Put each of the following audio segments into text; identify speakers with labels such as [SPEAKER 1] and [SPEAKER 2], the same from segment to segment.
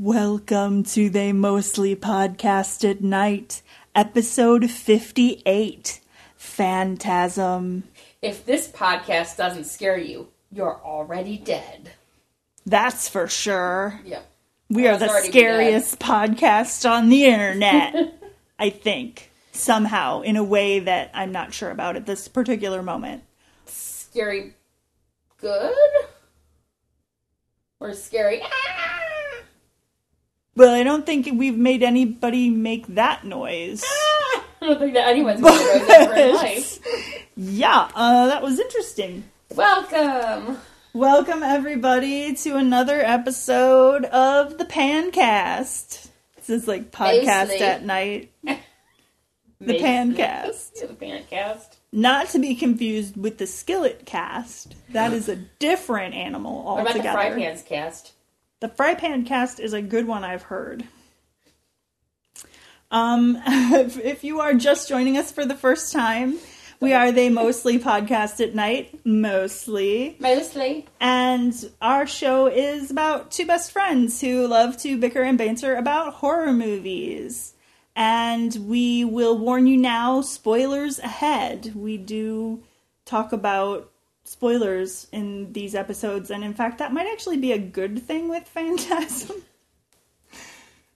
[SPEAKER 1] welcome to They Mostly Podcast at Night, episode 58 Phantasm.
[SPEAKER 2] If this podcast doesn't scare you, you're already dead.
[SPEAKER 1] That's for sure.
[SPEAKER 2] Yep.
[SPEAKER 1] We are
[SPEAKER 2] I was
[SPEAKER 1] the
[SPEAKER 2] already
[SPEAKER 1] scariest podcast on the internet, I think, somehow, in a way that I'm not sure about at this particular moment.
[SPEAKER 2] Scary good? Or scary ah!
[SPEAKER 1] Well, I don't think we've made anybody make that noise.
[SPEAKER 2] I don't think that anyone's going to ever in life.
[SPEAKER 1] Yeah, uh, that was interesting.
[SPEAKER 2] Welcome!
[SPEAKER 1] Welcome everybody to another episode of the Pancast. This is like podcast
[SPEAKER 2] Basically.
[SPEAKER 1] at night. The
[SPEAKER 2] Mason.
[SPEAKER 1] Pancast.
[SPEAKER 2] the Pancast.
[SPEAKER 1] Not to be confused with the Skillet Cast. That is a different animal
[SPEAKER 2] What about
[SPEAKER 1] altogether.
[SPEAKER 2] the Fry Pans cast?
[SPEAKER 1] The fry pan cast is a good one I've heard. Um, if, if you are just joining us for the first time, we are they mostly podcast at night, mostly.
[SPEAKER 2] Mostly.
[SPEAKER 1] And our show is about two best friends who love to bicker and banter about horror movies. And we will warn you now spoilers ahead. We do talk about spoilers in these episodes. And in fact, that might actually be a good thing with Phantasm.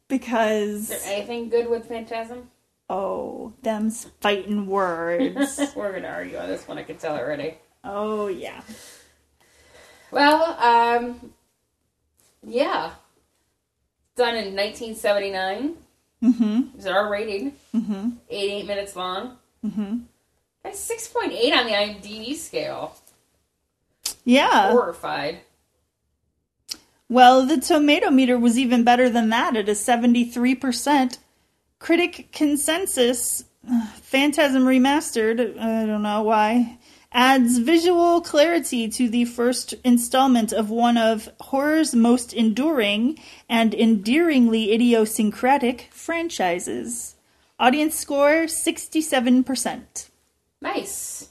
[SPEAKER 1] because,
[SPEAKER 2] Is there anything good with Phantasm?
[SPEAKER 1] oh, them's fighting words.
[SPEAKER 2] We're going to argue on this one, I can tell already.
[SPEAKER 1] oh, yeah.
[SPEAKER 2] Well, um, yeah. Done in 1979.
[SPEAKER 1] Mm
[SPEAKER 2] It was R rated.
[SPEAKER 1] hmm. Mm hmm.
[SPEAKER 2] 88 minutes long.
[SPEAKER 1] Mm hmm.
[SPEAKER 2] That's 6.8 on the IMDb scale.
[SPEAKER 1] Yeah.
[SPEAKER 2] Horrified.
[SPEAKER 1] Well, the tomato meter was even better than that at a 73%. Critic consensus, uh, Phantasm Remastered, I don't know why, adds visual clarity to the first installment of one of horror's most enduring and endearingly idiosyncratic franchises. Audience score 67%.
[SPEAKER 2] Nice.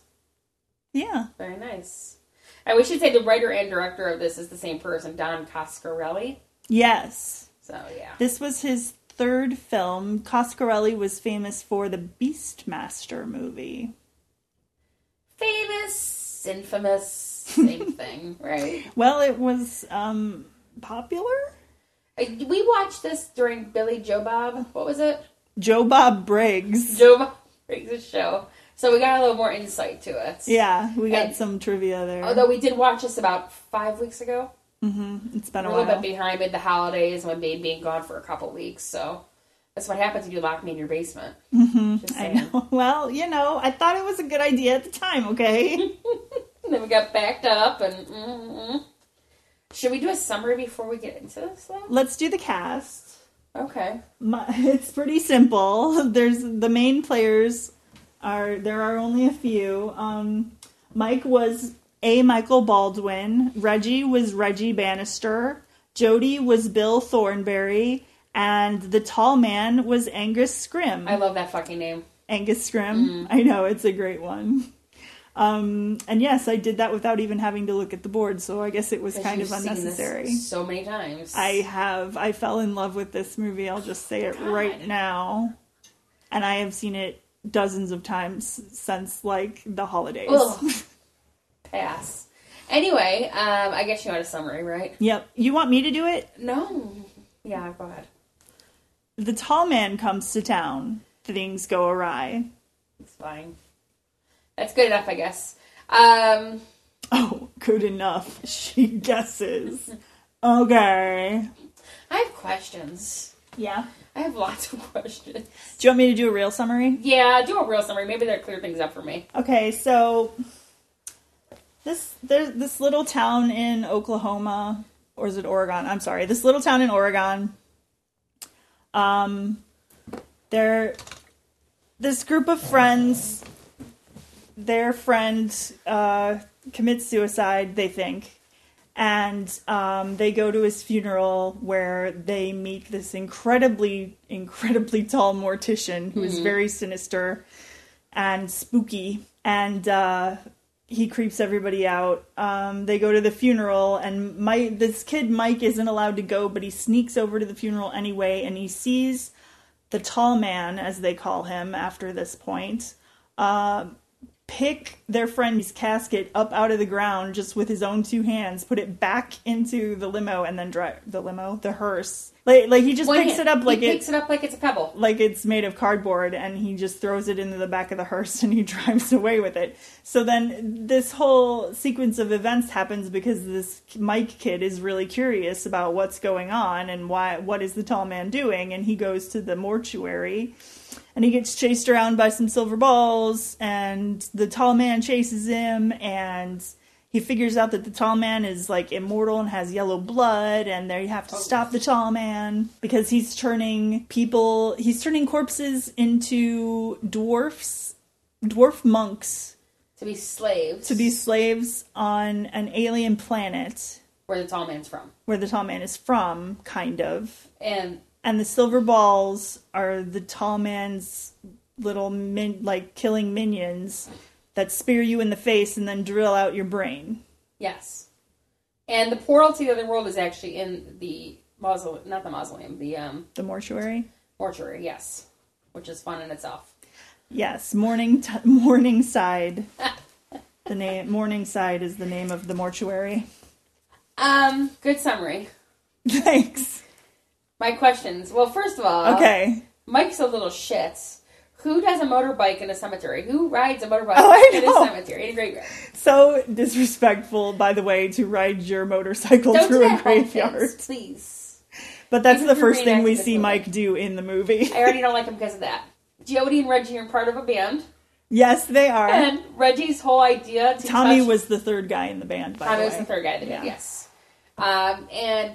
[SPEAKER 1] Yeah.
[SPEAKER 2] Very nice. And we should say the writer and director of this is the same person, Don Coscarelli.
[SPEAKER 1] Yes.
[SPEAKER 2] So, yeah.
[SPEAKER 1] This was his third film. Coscarelli was famous for the Beastmaster movie.
[SPEAKER 2] Famous, infamous, same thing, right?
[SPEAKER 1] Well, it was um, popular.
[SPEAKER 2] Uh, We watched this during Billy Joe Bob. What was it?
[SPEAKER 1] Joe Bob Briggs.
[SPEAKER 2] Joe Bob Briggs' show. So we got a little more insight to it.
[SPEAKER 1] Yeah, we got
[SPEAKER 2] And-
[SPEAKER 1] some trivia there.
[SPEAKER 2] Although we did watch this about five weeks ago.
[SPEAKER 1] Mhm, It's been
[SPEAKER 2] We're
[SPEAKER 1] a
[SPEAKER 2] a little bit
[SPEAKER 1] while.
[SPEAKER 2] behind with the holidays when me being gone for a couple weeks, so that's what happens if you lock me in your basement. Just
[SPEAKER 1] Mm-hmm. I
[SPEAKER 2] saying.
[SPEAKER 1] know. Well, you know, I thought it was a good idea at the time. Okay.
[SPEAKER 2] And then we got backed up, and mm-mm. should we do a summary before we get into this? Though?
[SPEAKER 1] Let's do the cast.
[SPEAKER 2] Okay,
[SPEAKER 1] My, it's pretty simple. There's the main players are there are only a few. Um, Mike was a Michael Baldwin. Reggie was Reggie Bannister. Jody was Bill Thornberry, and the tall man was Angus Scrim.
[SPEAKER 2] I Mm-hmm. love that fucking name.
[SPEAKER 1] Angus Scrim. I know it's a great one. Um, and yes, I did that without even having to look at the board, so I guess it was
[SPEAKER 2] 'cause
[SPEAKER 1] kind of
[SPEAKER 2] you've seen this
[SPEAKER 1] unnecessary.
[SPEAKER 2] so many times.
[SPEAKER 1] I have. I fell in love with this movie. I'll just say it right
[SPEAKER 2] God.
[SPEAKER 1] now. And I have seen it dozens of times since like the holidays.
[SPEAKER 2] Ugh. pass. Anyway, um, I guess you want a summary, right?
[SPEAKER 1] Yep. You want me to do it?
[SPEAKER 2] No. Yeah, go ahead.
[SPEAKER 1] The tall man comes to town. Things go awry.
[SPEAKER 2] It's fine. That's good enough, I guess. Um,
[SPEAKER 1] Oh, good enough. She guesses. okay.
[SPEAKER 2] I have questions.
[SPEAKER 1] Yeah.
[SPEAKER 2] I have lots of questions.
[SPEAKER 1] Do you want me to do a real summary?
[SPEAKER 2] Yeah, do a real summary. Maybe they'll clear things up for me.
[SPEAKER 1] Okay, so this there's this little town in Oklahoma, or is it Oregon? I'm sorry, this little town in Oregon. Um, there, this group of friends, their friend uh, commits suicide. They think, and um, they go to his funeral where they meet this incredibly, incredibly tall mortician who is very sinister and spooky. And uh, he creeps everybody out. Um, they go to the funeral, and my this kid Mike isn't allowed to go, but he sneaks over to the funeral anyway, and he sees the tall man, as they call him, after this point, uh, pick their friend's casket up out of the ground just with his own two hands, put it back into the limo, and then drive the limo, the hearse. Like, like he just
[SPEAKER 2] One
[SPEAKER 1] picks it
[SPEAKER 2] hand.
[SPEAKER 1] up like
[SPEAKER 2] he
[SPEAKER 1] it,
[SPEAKER 2] picks it up like it's a pebble.
[SPEAKER 1] like it's made of cardboard and he just throws it into the back of the hearse and he drives away with it. So then this whole sequence of events happens because this Mike kid is really curious about what's going on and why what is the tall man doing and he goes to the mortuary and he gets chased around by some silver balls and the tall man chases him and he figures out that the tall man is like immortal and has yellow blood and they have to stop the tall man because he's turning people he's turning corpses into dwarfs dwarf monks
[SPEAKER 2] To be slaves.
[SPEAKER 1] to be slaves on an alien planet
[SPEAKER 2] where the tall man's from.
[SPEAKER 1] where the tall man is from kind of
[SPEAKER 2] And
[SPEAKER 1] and the silver balls are the tall man's little min- like killing minions that spear you in the face and then drill out your brain.
[SPEAKER 2] yes. And the portal to the other world is actually in the mausoleum, not the mausoleum, the um,
[SPEAKER 1] The mortuary.
[SPEAKER 2] mortuary, yes. Which is fun in itself.
[SPEAKER 1] Yes, morning t- Morningside. the name Morningside is the name of the mortuary.
[SPEAKER 2] Um, good summary.
[SPEAKER 1] Thanks.
[SPEAKER 2] My questions. Well, first of all,
[SPEAKER 1] Okay.
[SPEAKER 2] Mike's a little shit. Who does a motorbike in a cemetery? Who rides a motorbike
[SPEAKER 1] Oh, I
[SPEAKER 2] in
[SPEAKER 1] know.
[SPEAKER 2] a cemetery? In a graveyard.
[SPEAKER 1] So disrespectful, by the way, to ride your motorcycle
[SPEAKER 2] Don't do
[SPEAKER 1] through a
[SPEAKER 2] that, Oh, home kids,
[SPEAKER 1] graveyard.
[SPEAKER 2] please.
[SPEAKER 1] But that's
[SPEAKER 2] Even
[SPEAKER 1] the
[SPEAKER 2] if you're
[SPEAKER 1] first thing we see
[SPEAKER 2] reenacting the movie.
[SPEAKER 1] Mike do in the movie.
[SPEAKER 2] I already don't like him because of that. Jody and Reggie are part of a band,
[SPEAKER 1] yes, they are.
[SPEAKER 2] and Reggie's whole idea to
[SPEAKER 1] Tommy
[SPEAKER 2] touch-
[SPEAKER 1] was the third guy in the band, by
[SPEAKER 2] Tommy
[SPEAKER 1] the way.
[SPEAKER 2] was the third guy that
[SPEAKER 1] Yeah.
[SPEAKER 2] did, yes. Um, and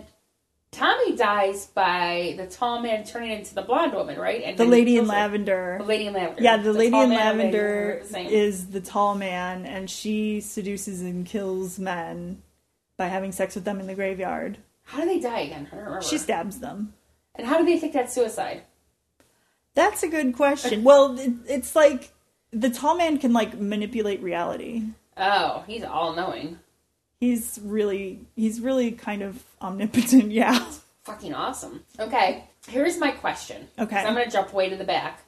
[SPEAKER 2] Tommy dies by the tall man turning into the blonde woman, right? And
[SPEAKER 1] The
[SPEAKER 2] then
[SPEAKER 1] lady
[SPEAKER 2] he
[SPEAKER 1] in
[SPEAKER 2] kills her.
[SPEAKER 1] lavender.
[SPEAKER 2] The lady in lavender.
[SPEAKER 1] Yeah, the, lady
[SPEAKER 2] tall
[SPEAKER 1] in
[SPEAKER 2] man and lady
[SPEAKER 1] lavender
[SPEAKER 2] are the same.
[SPEAKER 1] is the tall man, and she seduces and kills men by having sex with them in the graveyard.
[SPEAKER 2] How do they die again? I don't remember.
[SPEAKER 1] She stabs them.
[SPEAKER 2] and how do they think that's suicide?
[SPEAKER 1] That's a good question. Well, it, it's like the tall man can like manipulate reality.
[SPEAKER 2] Oh, he's all knowing.
[SPEAKER 1] He's really, he's really kind of omnipotent. Yeah.
[SPEAKER 2] Fucking awesome. Okay, here's my question.
[SPEAKER 1] Okay.
[SPEAKER 2] So I'm gonna jump way to the back,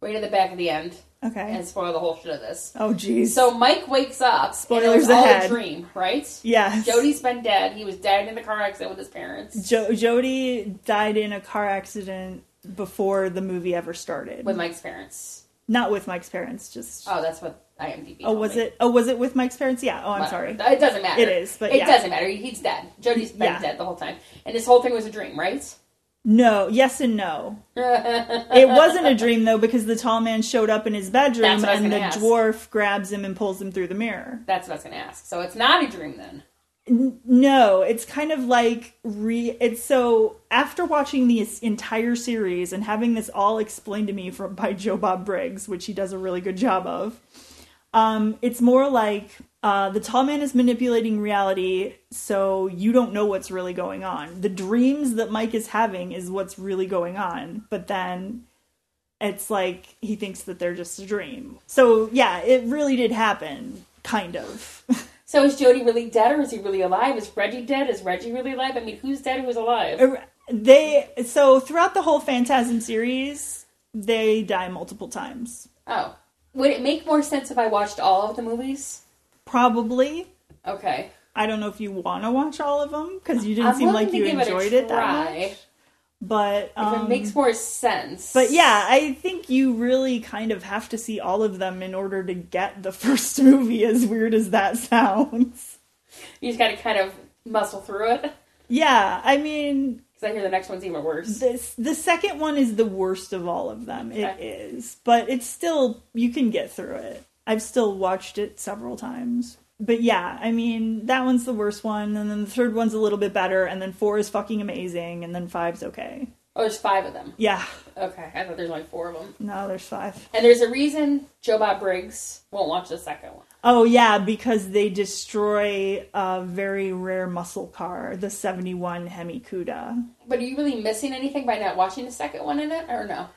[SPEAKER 2] way to the back of the end,
[SPEAKER 1] Okay.
[SPEAKER 2] and spoil the whole shit of this.
[SPEAKER 1] Oh, geez.
[SPEAKER 2] So Mike wakes up. and it
[SPEAKER 1] Spoilers
[SPEAKER 2] was all
[SPEAKER 1] ahead.
[SPEAKER 2] a dream, right?
[SPEAKER 1] yes.
[SPEAKER 2] Jody's been dead. He was dead in the car accident with his parents
[SPEAKER 1] Jo- Jody died in a car accident before the movie ever started.
[SPEAKER 2] with Mike's parents.
[SPEAKER 1] Not with Mike's parents, just.
[SPEAKER 2] Oh, that's what IMDb.
[SPEAKER 1] Oh,
[SPEAKER 2] told
[SPEAKER 1] was
[SPEAKER 2] me.
[SPEAKER 1] it? Oh, was it with Mike's parents? Yeah. Oh, I'm
[SPEAKER 2] Whatever.
[SPEAKER 1] sorry.
[SPEAKER 2] It doesn't matter.
[SPEAKER 1] It is, but
[SPEAKER 2] it
[SPEAKER 1] yeah.
[SPEAKER 2] doesn't matter. He's dead. Jody's been
[SPEAKER 1] Yeah.
[SPEAKER 2] dead the whole time, and this whole thing was a dream, right?
[SPEAKER 1] No. Yes and no. it wasn't a dream though, because the tall man showed up in his bedroom
[SPEAKER 2] That's what I was
[SPEAKER 1] and the
[SPEAKER 2] gonna ask.
[SPEAKER 1] dwarf grabs him and pulls him through the mirror.
[SPEAKER 2] That's what I was going to ask. So it's not a dream then.
[SPEAKER 1] No, it's kind of like re. It's so after watching the s- entire series and having this all explained to me from by Joe Bob Briggs, which he does a really good job of. Um, it's more like uh, the tall man is manipulating reality, so you don't know what's really going on. The dreams that Mike is having is what's really going on, but then it's like he thinks that they're just a dream. So yeah, it really did happen, kind of.
[SPEAKER 2] So is Jody really dead or is he really alive? Is Reggie dead? Is Reggie really alive? I mean, who's dead? Who's alive?
[SPEAKER 1] they so throughout the whole Phantasm series, they die multiple times.
[SPEAKER 2] Oh, would it make more sense if I watched all of the movies?
[SPEAKER 1] Probably.
[SPEAKER 2] Okay,
[SPEAKER 1] I don't know if you want to watch all of them because you didn't
[SPEAKER 2] I'm
[SPEAKER 1] seem
[SPEAKER 2] willing
[SPEAKER 1] like
[SPEAKER 2] to
[SPEAKER 1] you
[SPEAKER 2] give it a
[SPEAKER 1] enjoyed it, that
[SPEAKER 2] try.
[SPEAKER 1] much. But
[SPEAKER 2] if
[SPEAKER 1] um,
[SPEAKER 2] it makes more sense.
[SPEAKER 1] But yeah, I think you really kind of have to see all of them in order to get the first movie, as weird as that sounds.
[SPEAKER 2] you just got to kind of muscle through it
[SPEAKER 1] Yeah, I mean,
[SPEAKER 2] because I hear the next one's even worse.
[SPEAKER 1] this the second one is the worst of all of them. It
[SPEAKER 2] Okay.
[SPEAKER 1] is, but it's still you can get through it. I've still watched it several times. But yeah, I mean, that one's the worst one, and then the third one's a little bit better, and then four is fucking amazing, and then five's okay.
[SPEAKER 2] Oh, there's five of them.
[SPEAKER 1] Yeah,
[SPEAKER 2] Okay, I thought there's only four of them.
[SPEAKER 1] no, there's five.
[SPEAKER 2] And there's a reason Joe Bob Briggs won't watch the second one.
[SPEAKER 1] Oh yeah, because they destroy a very rare muscle car, the seventy-one Hemi Cuda.
[SPEAKER 2] But are you really missing anything by not watching the second one in it, or no?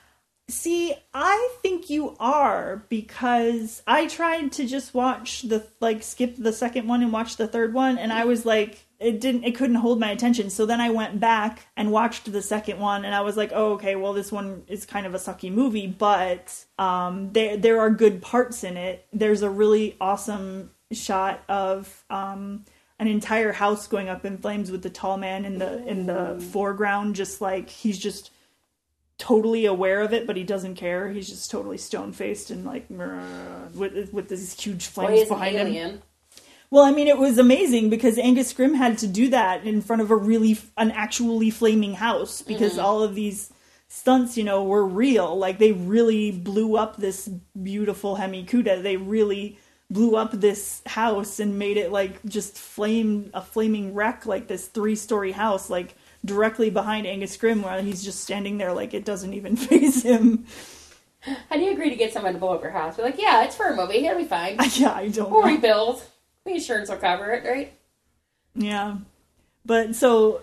[SPEAKER 1] See, I think you are because I tried to just watch the like skip the second one and watch the third one and I was like it didn't it couldn't hold my attention. So then I went back and watched the second one and I was like, "Oh, okay, well this one is kind of a sucky movie, but um there there are good parts in it. There's a really awesome shot of um an entire house going up in flames with the tall man in the in the foreground just like he's just totally aware of it, but he doesn't care. He's just totally stone faced and like with with these huge flames
[SPEAKER 2] Well,
[SPEAKER 1] behind
[SPEAKER 2] behind
[SPEAKER 1] him.
[SPEAKER 2] alien.
[SPEAKER 1] Well, I mean, it was amazing because Angus Grimm had to do that in front of a really an actually flaming house because all of these stunts, you know, were real. Like they really blew up this beautiful Hemikuda. They really blew up this house and made it like just flame a flaming wreck like this three-story house like directly behind Angus Grimm where he's just standing there like it doesn't even face him.
[SPEAKER 2] How do you agree to get someone to blow up your house? We're like, yeah, it's for a movie. It'll be fine.
[SPEAKER 1] yeah, I don't
[SPEAKER 2] We'll
[SPEAKER 1] know.
[SPEAKER 2] rebuild. The insurance will cover it, right?
[SPEAKER 1] Yeah. But so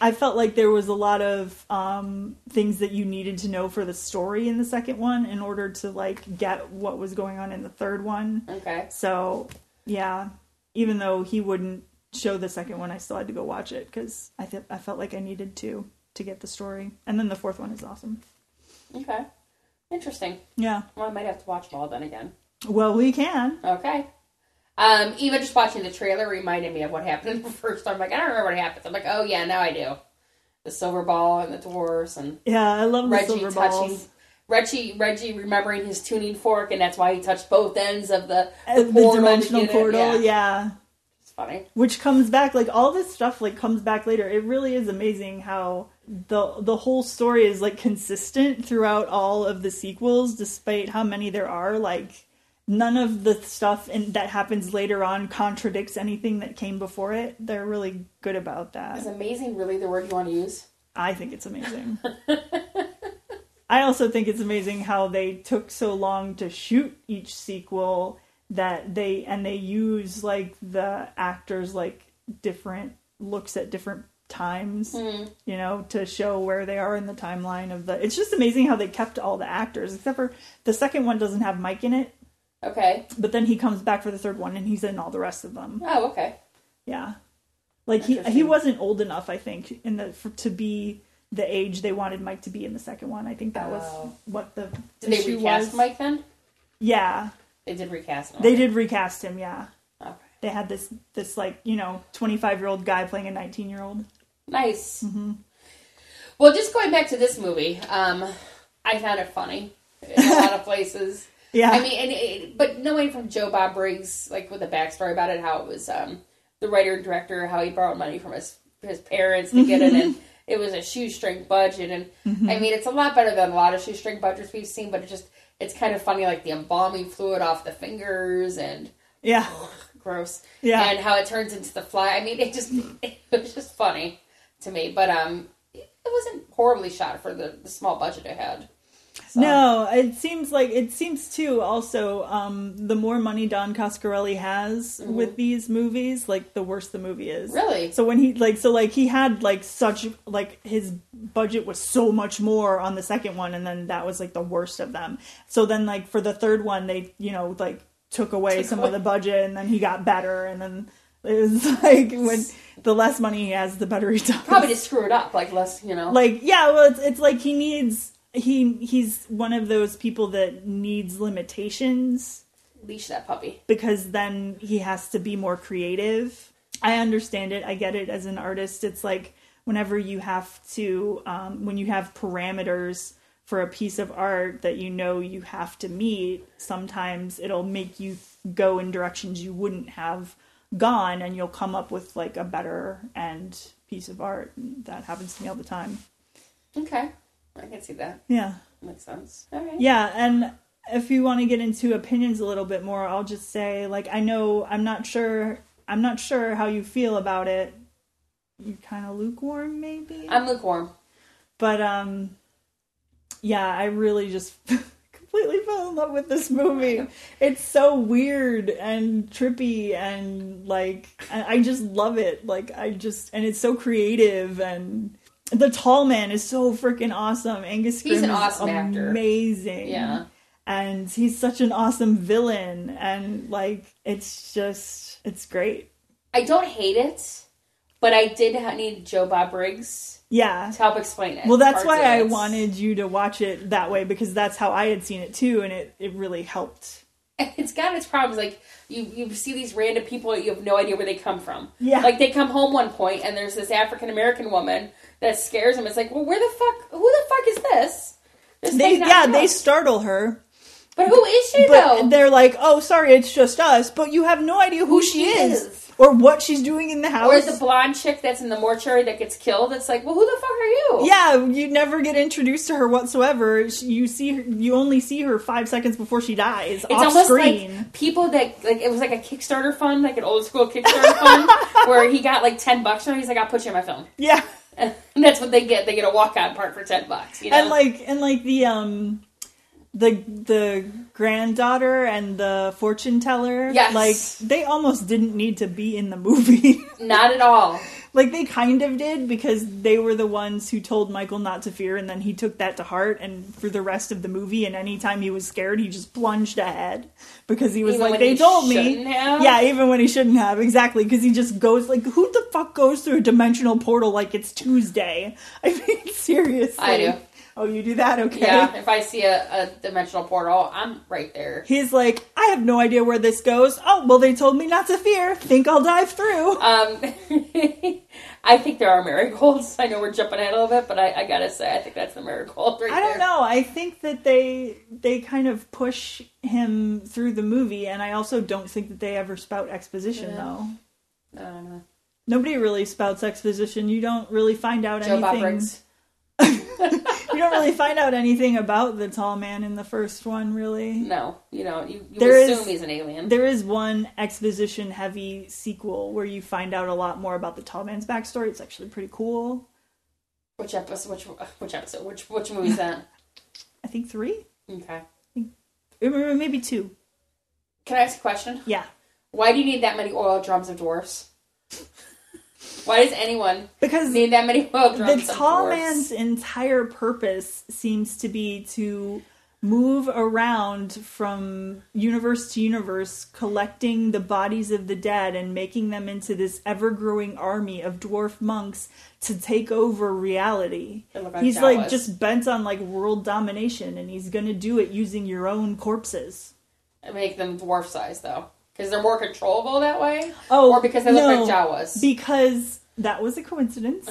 [SPEAKER 1] I felt like there was a lot of um, things that you needed to know for the story in the second one in order to like get what was going on in the third one.
[SPEAKER 2] Okay.
[SPEAKER 1] So yeah, even though he wouldn't show the second one, I still had to go watch it because I th- I felt like I needed to to get the story. And then the fourth one is awesome.
[SPEAKER 2] Okay. Interesting.
[SPEAKER 1] Yeah.
[SPEAKER 2] Well, I might have to watch them all then again.
[SPEAKER 1] Well, we can.
[SPEAKER 2] Okay. Um, even just watching the trailer reminded me of what happened in the first time. I'm like, I don't remember what happened. I'm like, oh yeah, now I do. The silver ball and the dwarves and
[SPEAKER 1] Yeah, I love the
[SPEAKER 2] Reggie
[SPEAKER 1] silver
[SPEAKER 2] touching
[SPEAKER 1] balls.
[SPEAKER 2] Reggie Reggie remembering his tuning fork and that's why he touched both ends of the,
[SPEAKER 1] Uh, The
[SPEAKER 2] portal to
[SPEAKER 1] dimensional
[SPEAKER 2] get it.
[SPEAKER 1] portal.
[SPEAKER 2] Yeah.
[SPEAKER 1] yeah.
[SPEAKER 2] It's funny.
[SPEAKER 1] which comes back like all this stuff like comes back later it really is amazing how the the whole story is like consistent throughout all of the sequels despite how many there are like none of the stuff in, that happens later on contradicts anything that came before it they're really good about
[SPEAKER 2] Is
[SPEAKER 1] that
[SPEAKER 2] amazing really the word you want to use?
[SPEAKER 1] i think it's amazing i also think it's amazing how they took so long to shoot each sequel that they and they use like the actors like different looks at different times you know to show where they are in the timeline of the it's just amazing how they kept all the actors except for the second one doesn't have mike in it
[SPEAKER 2] Okay.
[SPEAKER 1] but then he comes back for the third one and he's in all the rest of them
[SPEAKER 2] Oh, okay.
[SPEAKER 1] yeah like he he
[SPEAKER 2] Interesting.
[SPEAKER 1] wasn't old enough i think in the for, to be the age they wanted mike to be in the second one i think that was
[SPEAKER 2] Oh.
[SPEAKER 1] what the
[SPEAKER 2] Did they
[SPEAKER 1] issue
[SPEAKER 2] recast
[SPEAKER 1] was.
[SPEAKER 2] Mike then?
[SPEAKER 1] yeah
[SPEAKER 2] They did recast him.
[SPEAKER 1] they did recast him yeah
[SPEAKER 2] Okay.
[SPEAKER 1] they had this this like you know 25 year old guy playing a 19 year old
[SPEAKER 2] Nice. Well, just going back to this movie, um, I found it funny in a lot of places.
[SPEAKER 1] yeah
[SPEAKER 2] I mean, and it, but knowing from Joe Bob Briggs, like with the backstory about it, how it was um, the writer and director, how he borrowed money from his his parents to get it, and it was a shoestring budget. And I mean, it's a lot better than a lot of shoestring budgets we've seen, but it just it's kind of funny, like the embalming fluid off the fingers and
[SPEAKER 1] yeah
[SPEAKER 2] gross.
[SPEAKER 1] Yeah.
[SPEAKER 2] And how it turns into the fly. I mean, it just it was just funny to me. But um it wasn't horribly shot for the, the small budget it had. So,
[SPEAKER 1] No, it seems like it seems too. Also, um, the more money Don Coscarelli has with these movies, like the worse the movie is.
[SPEAKER 2] Mm-hmm. Really?
[SPEAKER 1] So when he like so like he had like such like his budget was so much more on the second one, and then that was like the worst of them. So then like for the third one, they you know like took away some of the budget, and then he got better, and then it was like when the less money he has, the better he does
[SPEAKER 2] Probably to screw it up, like less, you know.
[SPEAKER 1] like yeah well it's, it's like he needs he he's one of those people that needs limitations
[SPEAKER 2] leash that puppy.
[SPEAKER 1] because then he has to be more creative i understand it i get it as an artist it's like whenever you have to um, when you have parameters for a piece of art that you know you have to meet sometimes it'll make you go in directions you wouldn't have gone and you'll come up with like a better end piece of art that happens to me all the time
[SPEAKER 2] Okay. I can see that.
[SPEAKER 1] yeah
[SPEAKER 2] Makes sense. All right.
[SPEAKER 1] yeah and if you want to get into opinions a little bit more i'll just say like i know i'm not sure i'm not sure how you feel about it you're kind of lukewarm maybe
[SPEAKER 2] I'm lukewarm.
[SPEAKER 1] but um yeah i really just completely fell in love with this movie it's so weird and trippy and like i I just love it like i just and it's so creative and The tall man is so freaking awesome. Angus Scrim
[SPEAKER 2] He's an
[SPEAKER 1] is
[SPEAKER 2] awesome actor.
[SPEAKER 1] amazing.
[SPEAKER 2] Yeah.
[SPEAKER 1] And he's such an awesome villain and like it's just it's great.
[SPEAKER 2] I don't hate it, but I did ha- need Joe Bob Briggs
[SPEAKER 1] Yeah.
[SPEAKER 2] to help explain it.
[SPEAKER 1] Well, that's
[SPEAKER 2] parts
[SPEAKER 1] why
[SPEAKER 2] of
[SPEAKER 1] I
[SPEAKER 2] it.
[SPEAKER 1] wanted you to watch it that way because that's how I had seen it too and it it really helped.
[SPEAKER 2] It's got its problems. Like you, you see these random people that you have no idea where they come from.
[SPEAKER 1] Yeah.
[SPEAKER 2] Like they come home one point and there's this African American woman that scares them. It's like, well, where the fuck? Who the fuck is this? This
[SPEAKER 1] They
[SPEAKER 2] thing's not
[SPEAKER 1] yeah,
[SPEAKER 2] real.
[SPEAKER 1] they startle her
[SPEAKER 2] But who is she
[SPEAKER 1] But
[SPEAKER 2] though?
[SPEAKER 1] they're like, "Oh, sorry, it's just us." But you have no idea who,
[SPEAKER 2] Who
[SPEAKER 1] she
[SPEAKER 2] she
[SPEAKER 1] is.
[SPEAKER 2] is.
[SPEAKER 1] or what she's doing in the
[SPEAKER 2] Or
[SPEAKER 1] house.
[SPEAKER 2] the blonde chick that's in the mortuary that gets killed. It's like, well, who the fuck are you?
[SPEAKER 1] yeah, you never get introduced to her whatsoever. She- You see, her, you only see her five seconds before she dies
[SPEAKER 2] It's
[SPEAKER 1] off
[SPEAKER 2] almost
[SPEAKER 1] screen.
[SPEAKER 2] like people that like it was like a Kickstarter fund, like an old school Kickstarter fund, where he got like ten bucks from. it. He's like, "I'll put you in my film,"
[SPEAKER 1] yeah,
[SPEAKER 2] and that's what they get. They get a walkout part for ten bucks. You know,
[SPEAKER 1] and like and like the um, the the granddaughter and the fortune teller.
[SPEAKER 2] Yes.
[SPEAKER 1] like they almost didn't need to be in the movie.
[SPEAKER 2] not at all.
[SPEAKER 1] like they kind of did because they were the ones who told Michael not to fear, and then he took that to heart. And for the rest of the movie, and anytime he was scared, he just plunged ahead because he was
[SPEAKER 2] Even
[SPEAKER 1] like,
[SPEAKER 2] when
[SPEAKER 1] "They
[SPEAKER 2] he
[SPEAKER 1] told me."
[SPEAKER 2] shouldn't have?
[SPEAKER 1] Yeah, even when he shouldn't have, exactly because he just goes like, "Who the fuck goes through a dimensional portal like it's Tuesday?" I mean, seriously,
[SPEAKER 2] I do.
[SPEAKER 1] Oh, you do that? Okay.
[SPEAKER 2] Yeah, if I see a, a dimensional portal, I'm right there.
[SPEAKER 1] He's like, I have no idea where this goes. Oh, well, they told me not to fear. Think I'll dive through.
[SPEAKER 2] Um, I think there are marigolds. I know we're jumping ahead a little bit, but I, I gotta say, I think that's the marigold right
[SPEAKER 1] I don't
[SPEAKER 2] there.
[SPEAKER 1] know. I think that they they kind of push him through the movie, and I also don't think that they ever spout exposition
[SPEAKER 2] Yeah.
[SPEAKER 1] though.
[SPEAKER 2] I don't know.
[SPEAKER 1] Nobody really spouts exposition. You don't really find out
[SPEAKER 2] Joe Bob
[SPEAKER 1] anything.
[SPEAKER 2] Briggs.
[SPEAKER 1] You don't really find out anything about the tall man in the first one, really.
[SPEAKER 2] No, you know, you, you
[SPEAKER 1] There
[SPEAKER 2] assume
[SPEAKER 1] is-
[SPEAKER 2] he's an alien.
[SPEAKER 1] There is one exposition heavy sequel where you find out a lot more about the tall man's backstory. It's actually pretty cool.
[SPEAKER 2] Which episode? Which which episode? Which which movie is that?
[SPEAKER 1] I think three,
[SPEAKER 2] Okay.
[SPEAKER 1] Or maybe two.
[SPEAKER 2] Can I ask a question?
[SPEAKER 1] Yeah,
[SPEAKER 2] Why do you need that many oil drums of dwarfs? Why does anyone
[SPEAKER 1] because
[SPEAKER 2] need that many oil
[SPEAKER 1] the
[SPEAKER 2] drums of
[SPEAKER 1] tall
[SPEAKER 2] dwarfs?
[SPEAKER 1] man's entire purpose seems to be to move around from universe to universe collecting the bodies of the dead and making them into this ever-growing army of dwarf monks to take over reality
[SPEAKER 2] They look like
[SPEAKER 1] he's like
[SPEAKER 2] Jawas.
[SPEAKER 1] just bent on like world domination and he's gonna do it using your own corpses
[SPEAKER 2] I make them dwarf size though, because they're more controllable that way.
[SPEAKER 1] Oh,
[SPEAKER 2] or because they look
[SPEAKER 1] no.
[SPEAKER 2] like Jawas.
[SPEAKER 1] because that was a coincidence.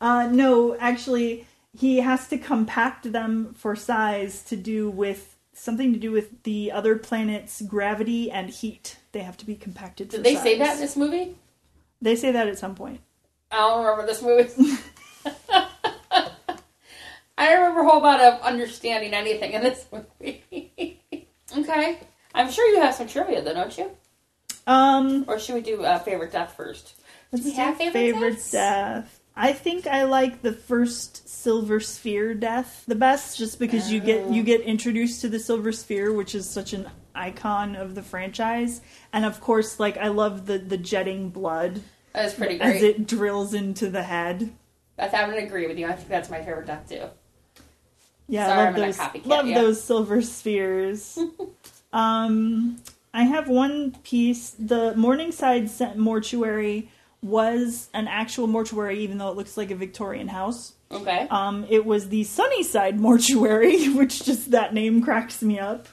[SPEAKER 1] uh, no, actually, he has to compact them for size to do with something to do with the other planet's gravity and heat. They have to be compacted.
[SPEAKER 2] Did
[SPEAKER 1] for
[SPEAKER 2] they
[SPEAKER 1] size.
[SPEAKER 2] say that in this movie?
[SPEAKER 1] They say that at some point.
[SPEAKER 2] I don't remember this movie. I don't remember a whole lot of understanding anything in this movie. okay, I'm sure you have some trivia though, don't you?
[SPEAKER 1] Um,
[SPEAKER 2] Or should we do uh, favorite death first?
[SPEAKER 1] let's
[SPEAKER 2] we
[SPEAKER 1] do
[SPEAKER 2] have favorite deaths?
[SPEAKER 1] death. I think I like the first silver sphere death the best, just because you get
[SPEAKER 2] Oh.
[SPEAKER 1] you get introduced to the silver sphere, which is such an icon of the franchise, and of course, like I love the the jetting blood
[SPEAKER 2] That was pretty
[SPEAKER 1] as
[SPEAKER 2] great.
[SPEAKER 1] it drills into the head.
[SPEAKER 2] I, I would agree with you. I think that's my favorite death too.
[SPEAKER 1] Yeah,
[SPEAKER 2] Sorry,
[SPEAKER 1] I love
[SPEAKER 2] I'm gonna
[SPEAKER 1] those.
[SPEAKER 2] copycat
[SPEAKER 1] love
[SPEAKER 2] you.
[SPEAKER 1] those silver spheres. um, I have one piece. The Morningside Sen- mortuary was an actual mortuary, even though it looks like a Victorian house.
[SPEAKER 2] Okay.
[SPEAKER 1] Um, it was the Sunnyside Mortuary, which just that name cracks me up,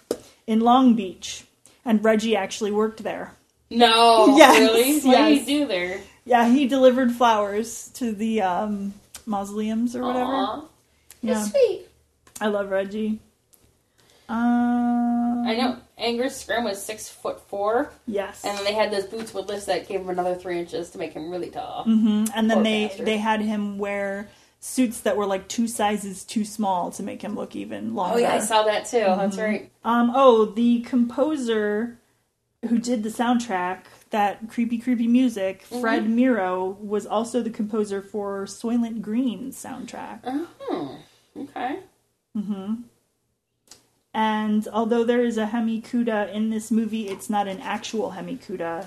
[SPEAKER 1] in Long Beach. And Reggie actually worked there.
[SPEAKER 2] No,
[SPEAKER 1] Yes,
[SPEAKER 2] really? What do
[SPEAKER 1] yes.
[SPEAKER 2] you do there?
[SPEAKER 1] Yeah, he delivered flowers to the um, mausoleums or whatever.
[SPEAKER 2] Aw,
[SPEAKER 1] Yeah,
[SPEAKER 2] that's sweet.
[SPEAKER 1] I love Reggie. Um,
[SPEAKER 2] I know Angus Scrim was six foot four,
[SPEAKER 1] Yes.
[SPEAKER 2] and then they had those boots with lifts that gave him another three inches to make him really tall.
[SPEAKER 1] hmm And then
[SPEAKER 2] Poor
[SPEAKER 1] they
[SPEAKER 2] bastard.
[SPEAKER 1] they had him wear suits that were like two sizes too small to make him look even longer.
[SPEAKER 2] Oh yeah, I saw that too. That's right.
[SPEAKER 1] Um, oh, the composer who did the soundtrack, that creepy, creepy music, Fred Miro, was also the composer for Soylent Green's soundtrack.
[SPEAKER 2] Oh, okay.
[SPEAKER 1] And although there is a hemikuda in this movie, it's not an actual hemikuda.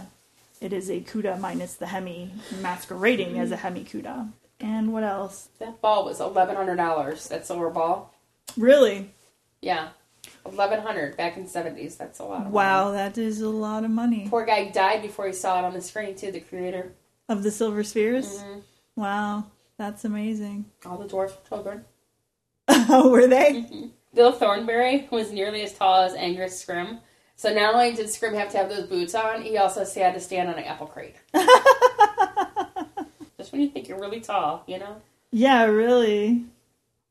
[SPEAKER 1] It is a Cuda minus the Hemi masquerading as a Hemi Cuda. And what else?
[SPEAKER 2] That ball was eleven hundred dollars. That silver ball.
[SPEAKER 1] Really?
[SPEAKER 2] Yeah, eleven hundred back in the seventies. That's a lot. Of money.
[SPEAKER 1] Wow, that is a lot of money.
[SPEAKER 2] Poor guy died before he saw it on the screen too. The creator.
[SPEAKER 1] Of the Silver Spheres? Wow, that's amazing.
[SPEAKER 2] All the dwarf children.
[SPEAKER 1] Oh, were they?
[SPEAKER 2] Bill Thornberry was nearly as tall as Angus Scrim. So not only did Scrim have to have those boots on, he also had to stand on an apple crate. Just when you think you're really tall, you know?
[SPEAKER 1] Yeah, really.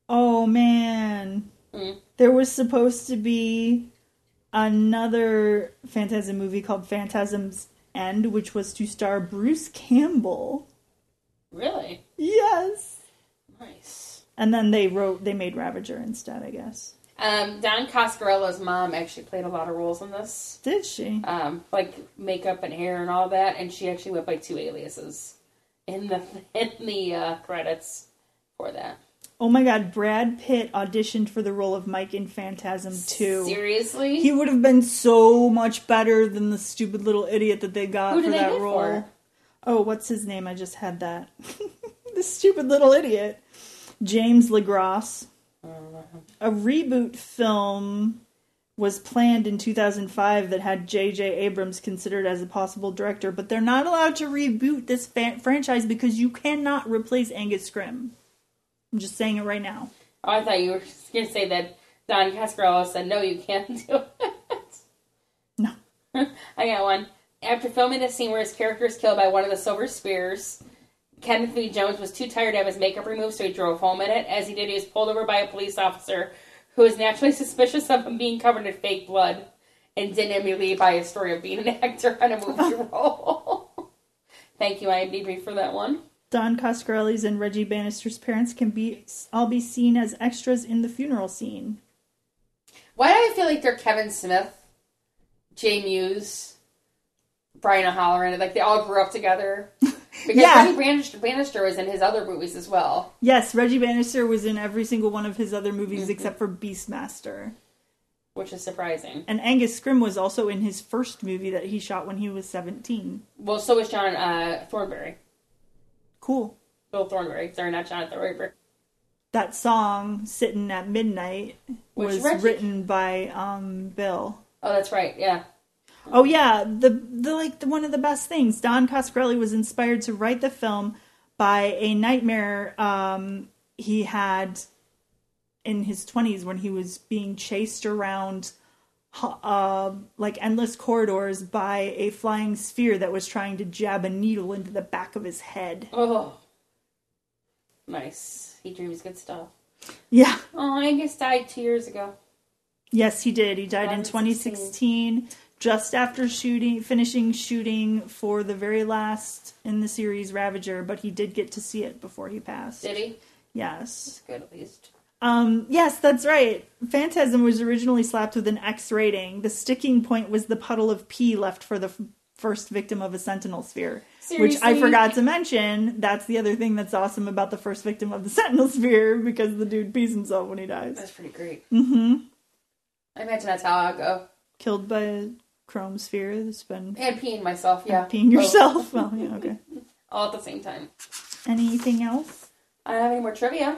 [SPEAKER 1] Oh, man.
[SPEAKER 2] Mm.
[SPEAKER 1] There was supposed to be another Phantasm movie called Phantasm's End, which was to star Bruce Campbell.
[SPEAKER 2] Really?
[SPEAKER 1] Yes.
[SPEAKER 2] Nice.
[SPEAKER 1] And then they wrote, they made Ravager instead, I guess.
[SPEAKER 2] Um, Don Coscarella's mom actually played a lot of roles in this,
[SPEAKER 1] Did she?
[SPEAKER 2] um, like makeup and hair and all that, and she actually went by two aliases in the in the uh, credits for that.
[SPEAKER 1] Oh my god, Brad Pitt auditioned for the role of Mike in Phantasm 2.
[SPEAKER 2] Seriously,
[SPEAKER 1] He would have been so much better than the stupid little idiot that they got
[SPEAKER 2] Who
[SPEAKER 1] for
[SPEAKER 2] did they
[SPEAKER 1] that
[SPEAKER 2] get
[SPEAKER 1] role.
[SPEAKER 2] for?
[SPEAKER 1] Oh, what's his name? I just had that. the stupid little idiot. James LaGrosse. A reboot film was planned in 2005 that had J.J. Abrams considered as a possible director, but they're not allowed to reboot this fan- franchise because you cannot replace Angus Scrimm. I'm just saying it right now.
[SPEAKER 2] oh, I thought you were just gonna say that Don Coscarella said no, you can't do it.
[SPEAKER 1] No.
[SPEAKER 2] I got one. After filming the scene where his character is killed by one of the silver spears, Kenneth Lee Jones was too tired to have his makeup removed, so he drove home in it. As he did, he was pulled over by a police officer who was naturally suspicious of him being covered in fake blood and didn't immediately buy his story of being an actor on a movie role. Thank you, IMDb, for that one.
[SPEAKER 1] Don Coscarelli's and Reggie Bannister's parents can be all be seen as extras in the funeral scene.
[SPEAKER 2] Why do I feel like they're Kevin Smith, Jay Muse, Brian O'Halloran? Like they all grew up together. Because
[SPEAKER 1] Yeah.
[SPEAKER 2] Bernie Bannister, Bannister was in his other movies as well.
[SPEAKER 1] Yes, Reggie Bannister was in every single one of his other movies
[SPEAKER 2] Mm-hmm.
[SPEAKER 1] except for Beastmaster.
[SPEAKER 2] which is surprising.
[SPEAKER 1] And Angus Scrimm was also in his first movie that he shot when he was 17.
[SPEAKER 2] Well, so is John uh, Thornberry,
[SPEAKER 1] Cool.
[SPEAKER 2] Bill Thornberry. Sorry, not John Thornberry.
[SPEAKER 1] That song, Sitting at Midnight,
[SPEAKER 2] Which
[SPEAKER 1] was
[SPEAKER 2] Reggie-
[SPEAKER 1] written by um, Bill.
[SPEAKER 2] Oh, that's right. Yeah,
[SPEAKER 1] Oh yeah, the the like the, one of the best things. Don Coscarelli was inspired to write the film by a nightmare um, he had in his twenties when he was being chased around ho- uh, like endless corridors by a flying sphere that was trying to jab a needle into the back of his head.
[SPEAKER 2] Oh, nice. He dreams good stuff.
[SPEAKER 1] Yeah.
[SPEAKER 2] Oh, Angus died two years ago.
[SPEAKER 1] Yes, he did. He died in
[SPEAKER 2] 2016.
[SPEAKER 1] 2016, just after shooting, finishing shooting for the very last in the series, Ravager. But he did get to see it before he passed.
[SPEAKER 2] Did he?
[SPEAKER 1] Yes.
[SPEAKER 2] It's good at least.
[SPEAKER 1] Um, yes, that's right. Phantasm was originally slapped with an X rating. The sticking point was the puddle of pee left for the f- first victim of a Sentinel sphere, which I
[SPEAKER 2] Seriously?
[SPEAKER 1] forgot to mention. That's the other thing that's awesome about the first victim of the Sentinel sphere because the dude pees himself when he dies.
[SPEAKER 2] That's pretty great.
[SPEAKER 1] Mm-hmm.
[SPEAKER 2] I imagine that's how I go.
[SPEAKER 1] Killed by a chrome sphere that's been
[SPEAKER 2] And peeing myself. Yeah,
[SPEAKER 1] peeing
[SPEAKER 2] both.
[SPEAKER 1] yourself. Oh, yeah, okay.
[SPEAKER 2] all at the same time.
[SPEAKER 1] Anything else?
[SPEAKER 2] I don't have any more trivia.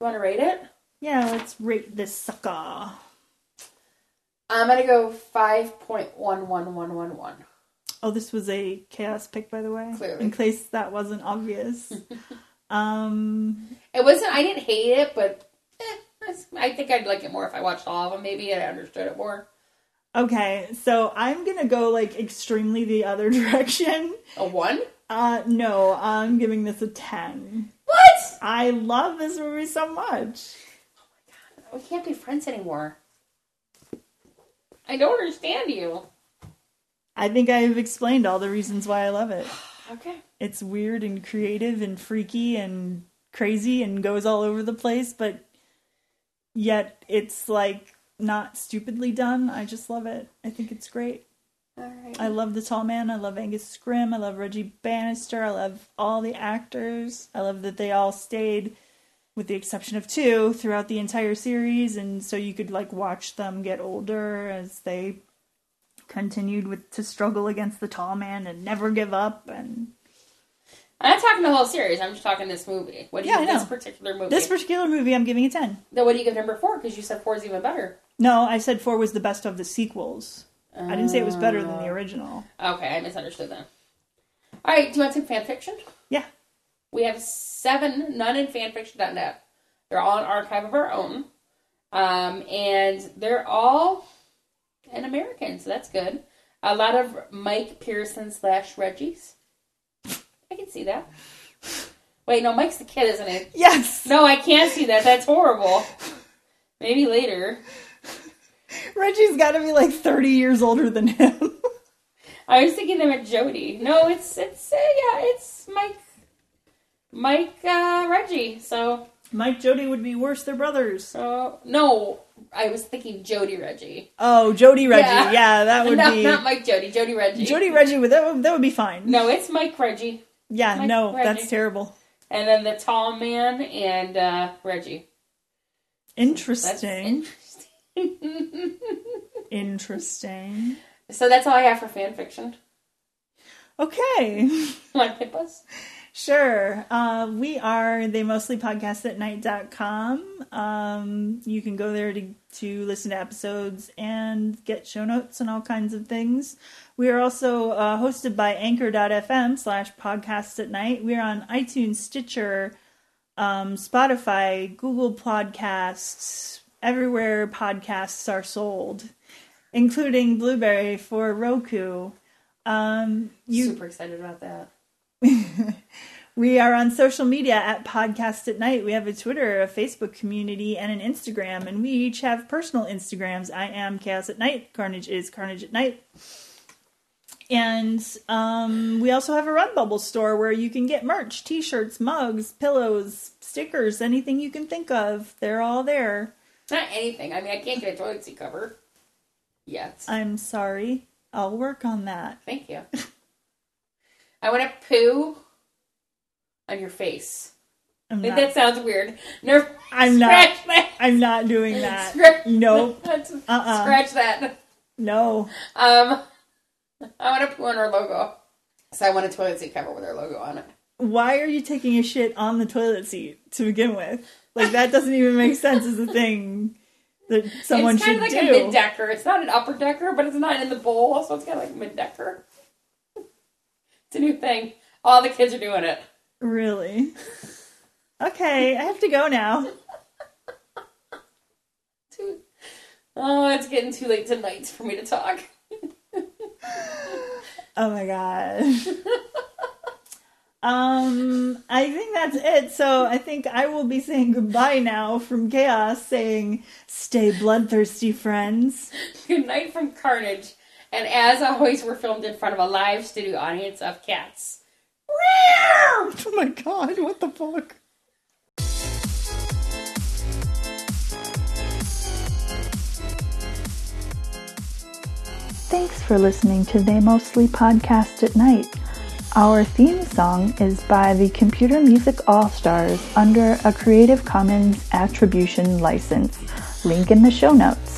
[SPEAKER 2] You want to rate it?
[SPEAKER 1] Yeah, let's rate this sucker.
[SPEAKER 2] I'm gonna go five point one one one one one.
[SPEAKER 1] Oh, this was a chaos pick, by the way.
[SPEAKER 2] Clearly.
[SPEAKER 1] In case that wasn't obvious. um,
[SPEAKER 2] It wasn't. I didn't hate it, but eh, I think I'd like it more if I watched all of them. Maybe and I understood it more.
[SPEAKER 1] okay, so I'm gonna go like extremely the other direction.
[SPEAKER 2] A one?
[SPEAKER 1] Uh, no, I'm giving this a 10.
[SPEAKER 2] What?
[SPEAKER 1] I love this movie so much.
[SPEAKER 2] We can't be friends anymore. I don't understand you.
[SPEAKER 1] I think I have explained all the reasons why I love it.
[SPEAKER 2] Okay.
[SPEAKER 1] it's weird and creative and freaky and crazy and goes all over the place, but yet it's like not stupidly done. I just love it. I think it's great.
[SPEAKER 2] All right.
[SPEAKER 1] I love the tall man. I love Angus Scrim. I love Reggie Bannister. I love all the actors. I love that they all stayed, with the exception of two, throughout the entire series, and so you could like watch them get older as they continued with to struggle against the tall man and never give up and
[SPEAKER 2] I'm not talking the whole series. I'm just talking this movie. What do you
[SPEAKER 1] Yeah,
[SPEAKER 2] give
[SPEAKER 1] I
[SPEAKER 2] this
[SPEAKER 1] know.
[SPEAKER 2] particular movie?
[SPEAKER 1] this particular movie I'm giving a 10.
[SPEAKER 2] then what do you give number four? Because you said four is even better.
[SPEAKER 1] No, I said 4 was the best of the sequels. I didn't say it was better than the original.
[SPEAKER 2] Okay, I misunderstood that. All right, do you want to take fan fiction?
[SPEAKER 1] Yeah.
[SPEAKER 2] We have seven, none in fanfiction.net. They're all an archive of our own. Um, and they're all an American, so that's good. A lot of Mike Pearson slash Reggie's. I can see that. Wait, no, Mike's the kid, isn't he?
[SPEAKER 1] Yes.
[SPEAKER 2] No, I can't see that. That's horrible. Maybe later.
[SPEAKER 1] Reggie's got to be like 30 years older than him.
[SPEAKER 2] I was thinking them at Jody. No, it's it's uh, yeah, it's Mike, Mike uh, Reggie. So
[SPEAKER 1] Mike Jody would be worse. They're brothers.
[SPEAKER 2] so no, I was thinking Jody Reggie.
[SPEAKER 1] Oh, Jody Reggie.
[SPEAKER 2] Yeah.
[SPEAKER 1] Yeah, that would
[SPEAKER 2] no,
[SPEAKER 1] be
[SPEAKER 2] not Mike Jody. Jody Reggie.
[SPEAKER 1] Jody Reggie would that would, that would be fine.
[SPEAKER 2] No, it's Mike Reggie,
[SPEAKER 1] yeah,
[SPEAKER 2] Mike
[SPEAKER 1] no,
[SPEAKER 2] Reggie.
[SPEAKER 1] that's terrible.
[SPEAKER 2] and then the tall man and uh, Reggie. That's
[SPEAKER 1] Interesting.
[SPEAKER 2] interesting.
[SPEAKER 1] Interesting.
[SPEAKER 2] so that's all I have for fan fiction.
[SPEAKER 1] Okay.
[SPEAKER 2] Want to tip us?
[SPEAKER 1] Sure. Uh, we are they mostly podcast at night.com. Um, you can go there to, to listen to episodes and get show notes and all kinds of things. We are also uh, hosted by anchor.fm slash podcast at night. We are on iTunes, Stitcher, um, Spotify, Google Podcasts, everywhere podcasts are sold, including Blueberry for Roku. Um, you
[SPEAKER 2] Super excited about that.
[SPEAKER 1] we are on social media at Podcast at Night. We have a Twitter, a Facebook community, and an Instagram, and we each have personal Instagrams. I am Chaos at Night. Carnage is Carnage at Night. And um, we also have a Redbubble store where you can get merch, t shirts, mugs, pillows, stickers, anything you can think of. They're all there.
[SPEAKER 2] Not anything. I mean, I can't get a toilet seat cover yet.
[SPEAKER 1] I'm sorry. I'll work on that.
[SPEAKER 2] Thank you. I want to poo on your face.
[SPEAKER 1] I'm
[SPEAKER 2] Like,
[SPEAKER 1] not,
[SPEAKER 2] that sounds weird. Nerf.
[SPEAKER 1] I'm not,
[SPEAKER 2] scratch that.
[SPEAKER 1] I'm not doing that.
[SPEAKER 2] Scratch-
[SPEAKER 1] Nope. Uh-uh.
[SPEAKER 2] Scratch that.
[SPEAKER 1] No.
[SPEAKER 2] Um, I want to poo on our logo. So I want a toilet seat cover with our logo on it.
[SPEAKER 1] why are you taking a shit on the toilet seat to begin with? Like that doesn't even make sense as a thing that someone
[SPEAKER 2] it's kind
[SPEAKER 1] should
[SPEAKER 2] of like a
[SPEAKER 1] do.
[SPEAKER 2] mid decker. It's not an upper decker, but it's not in the bowl, so it's kind of like mid decker. It's a new thing. All the kids are doing it.
[SPEAKER 1] really? Okay, I have to go now.
[SPEAKER 2] Too- Oh, it's getting too late tonight for me to talk.
[SPEAKER 1] Oh my god. um, I think that's it. So I think I will be saying goodbye now from chaos, saying, "Stay bloodthirsty, friends."
[SPEAKER 2] Good night from Carnage. And as always, we're filmed in front of a live studio audience of cats.
[SPEAKER 1] Oh my god, what the fuck? Thanks for listening to They Mostly Podcast at Night. Our theme song is by the Computer Music All Stars under a Creative Commons Attribution license. Link in the show notes.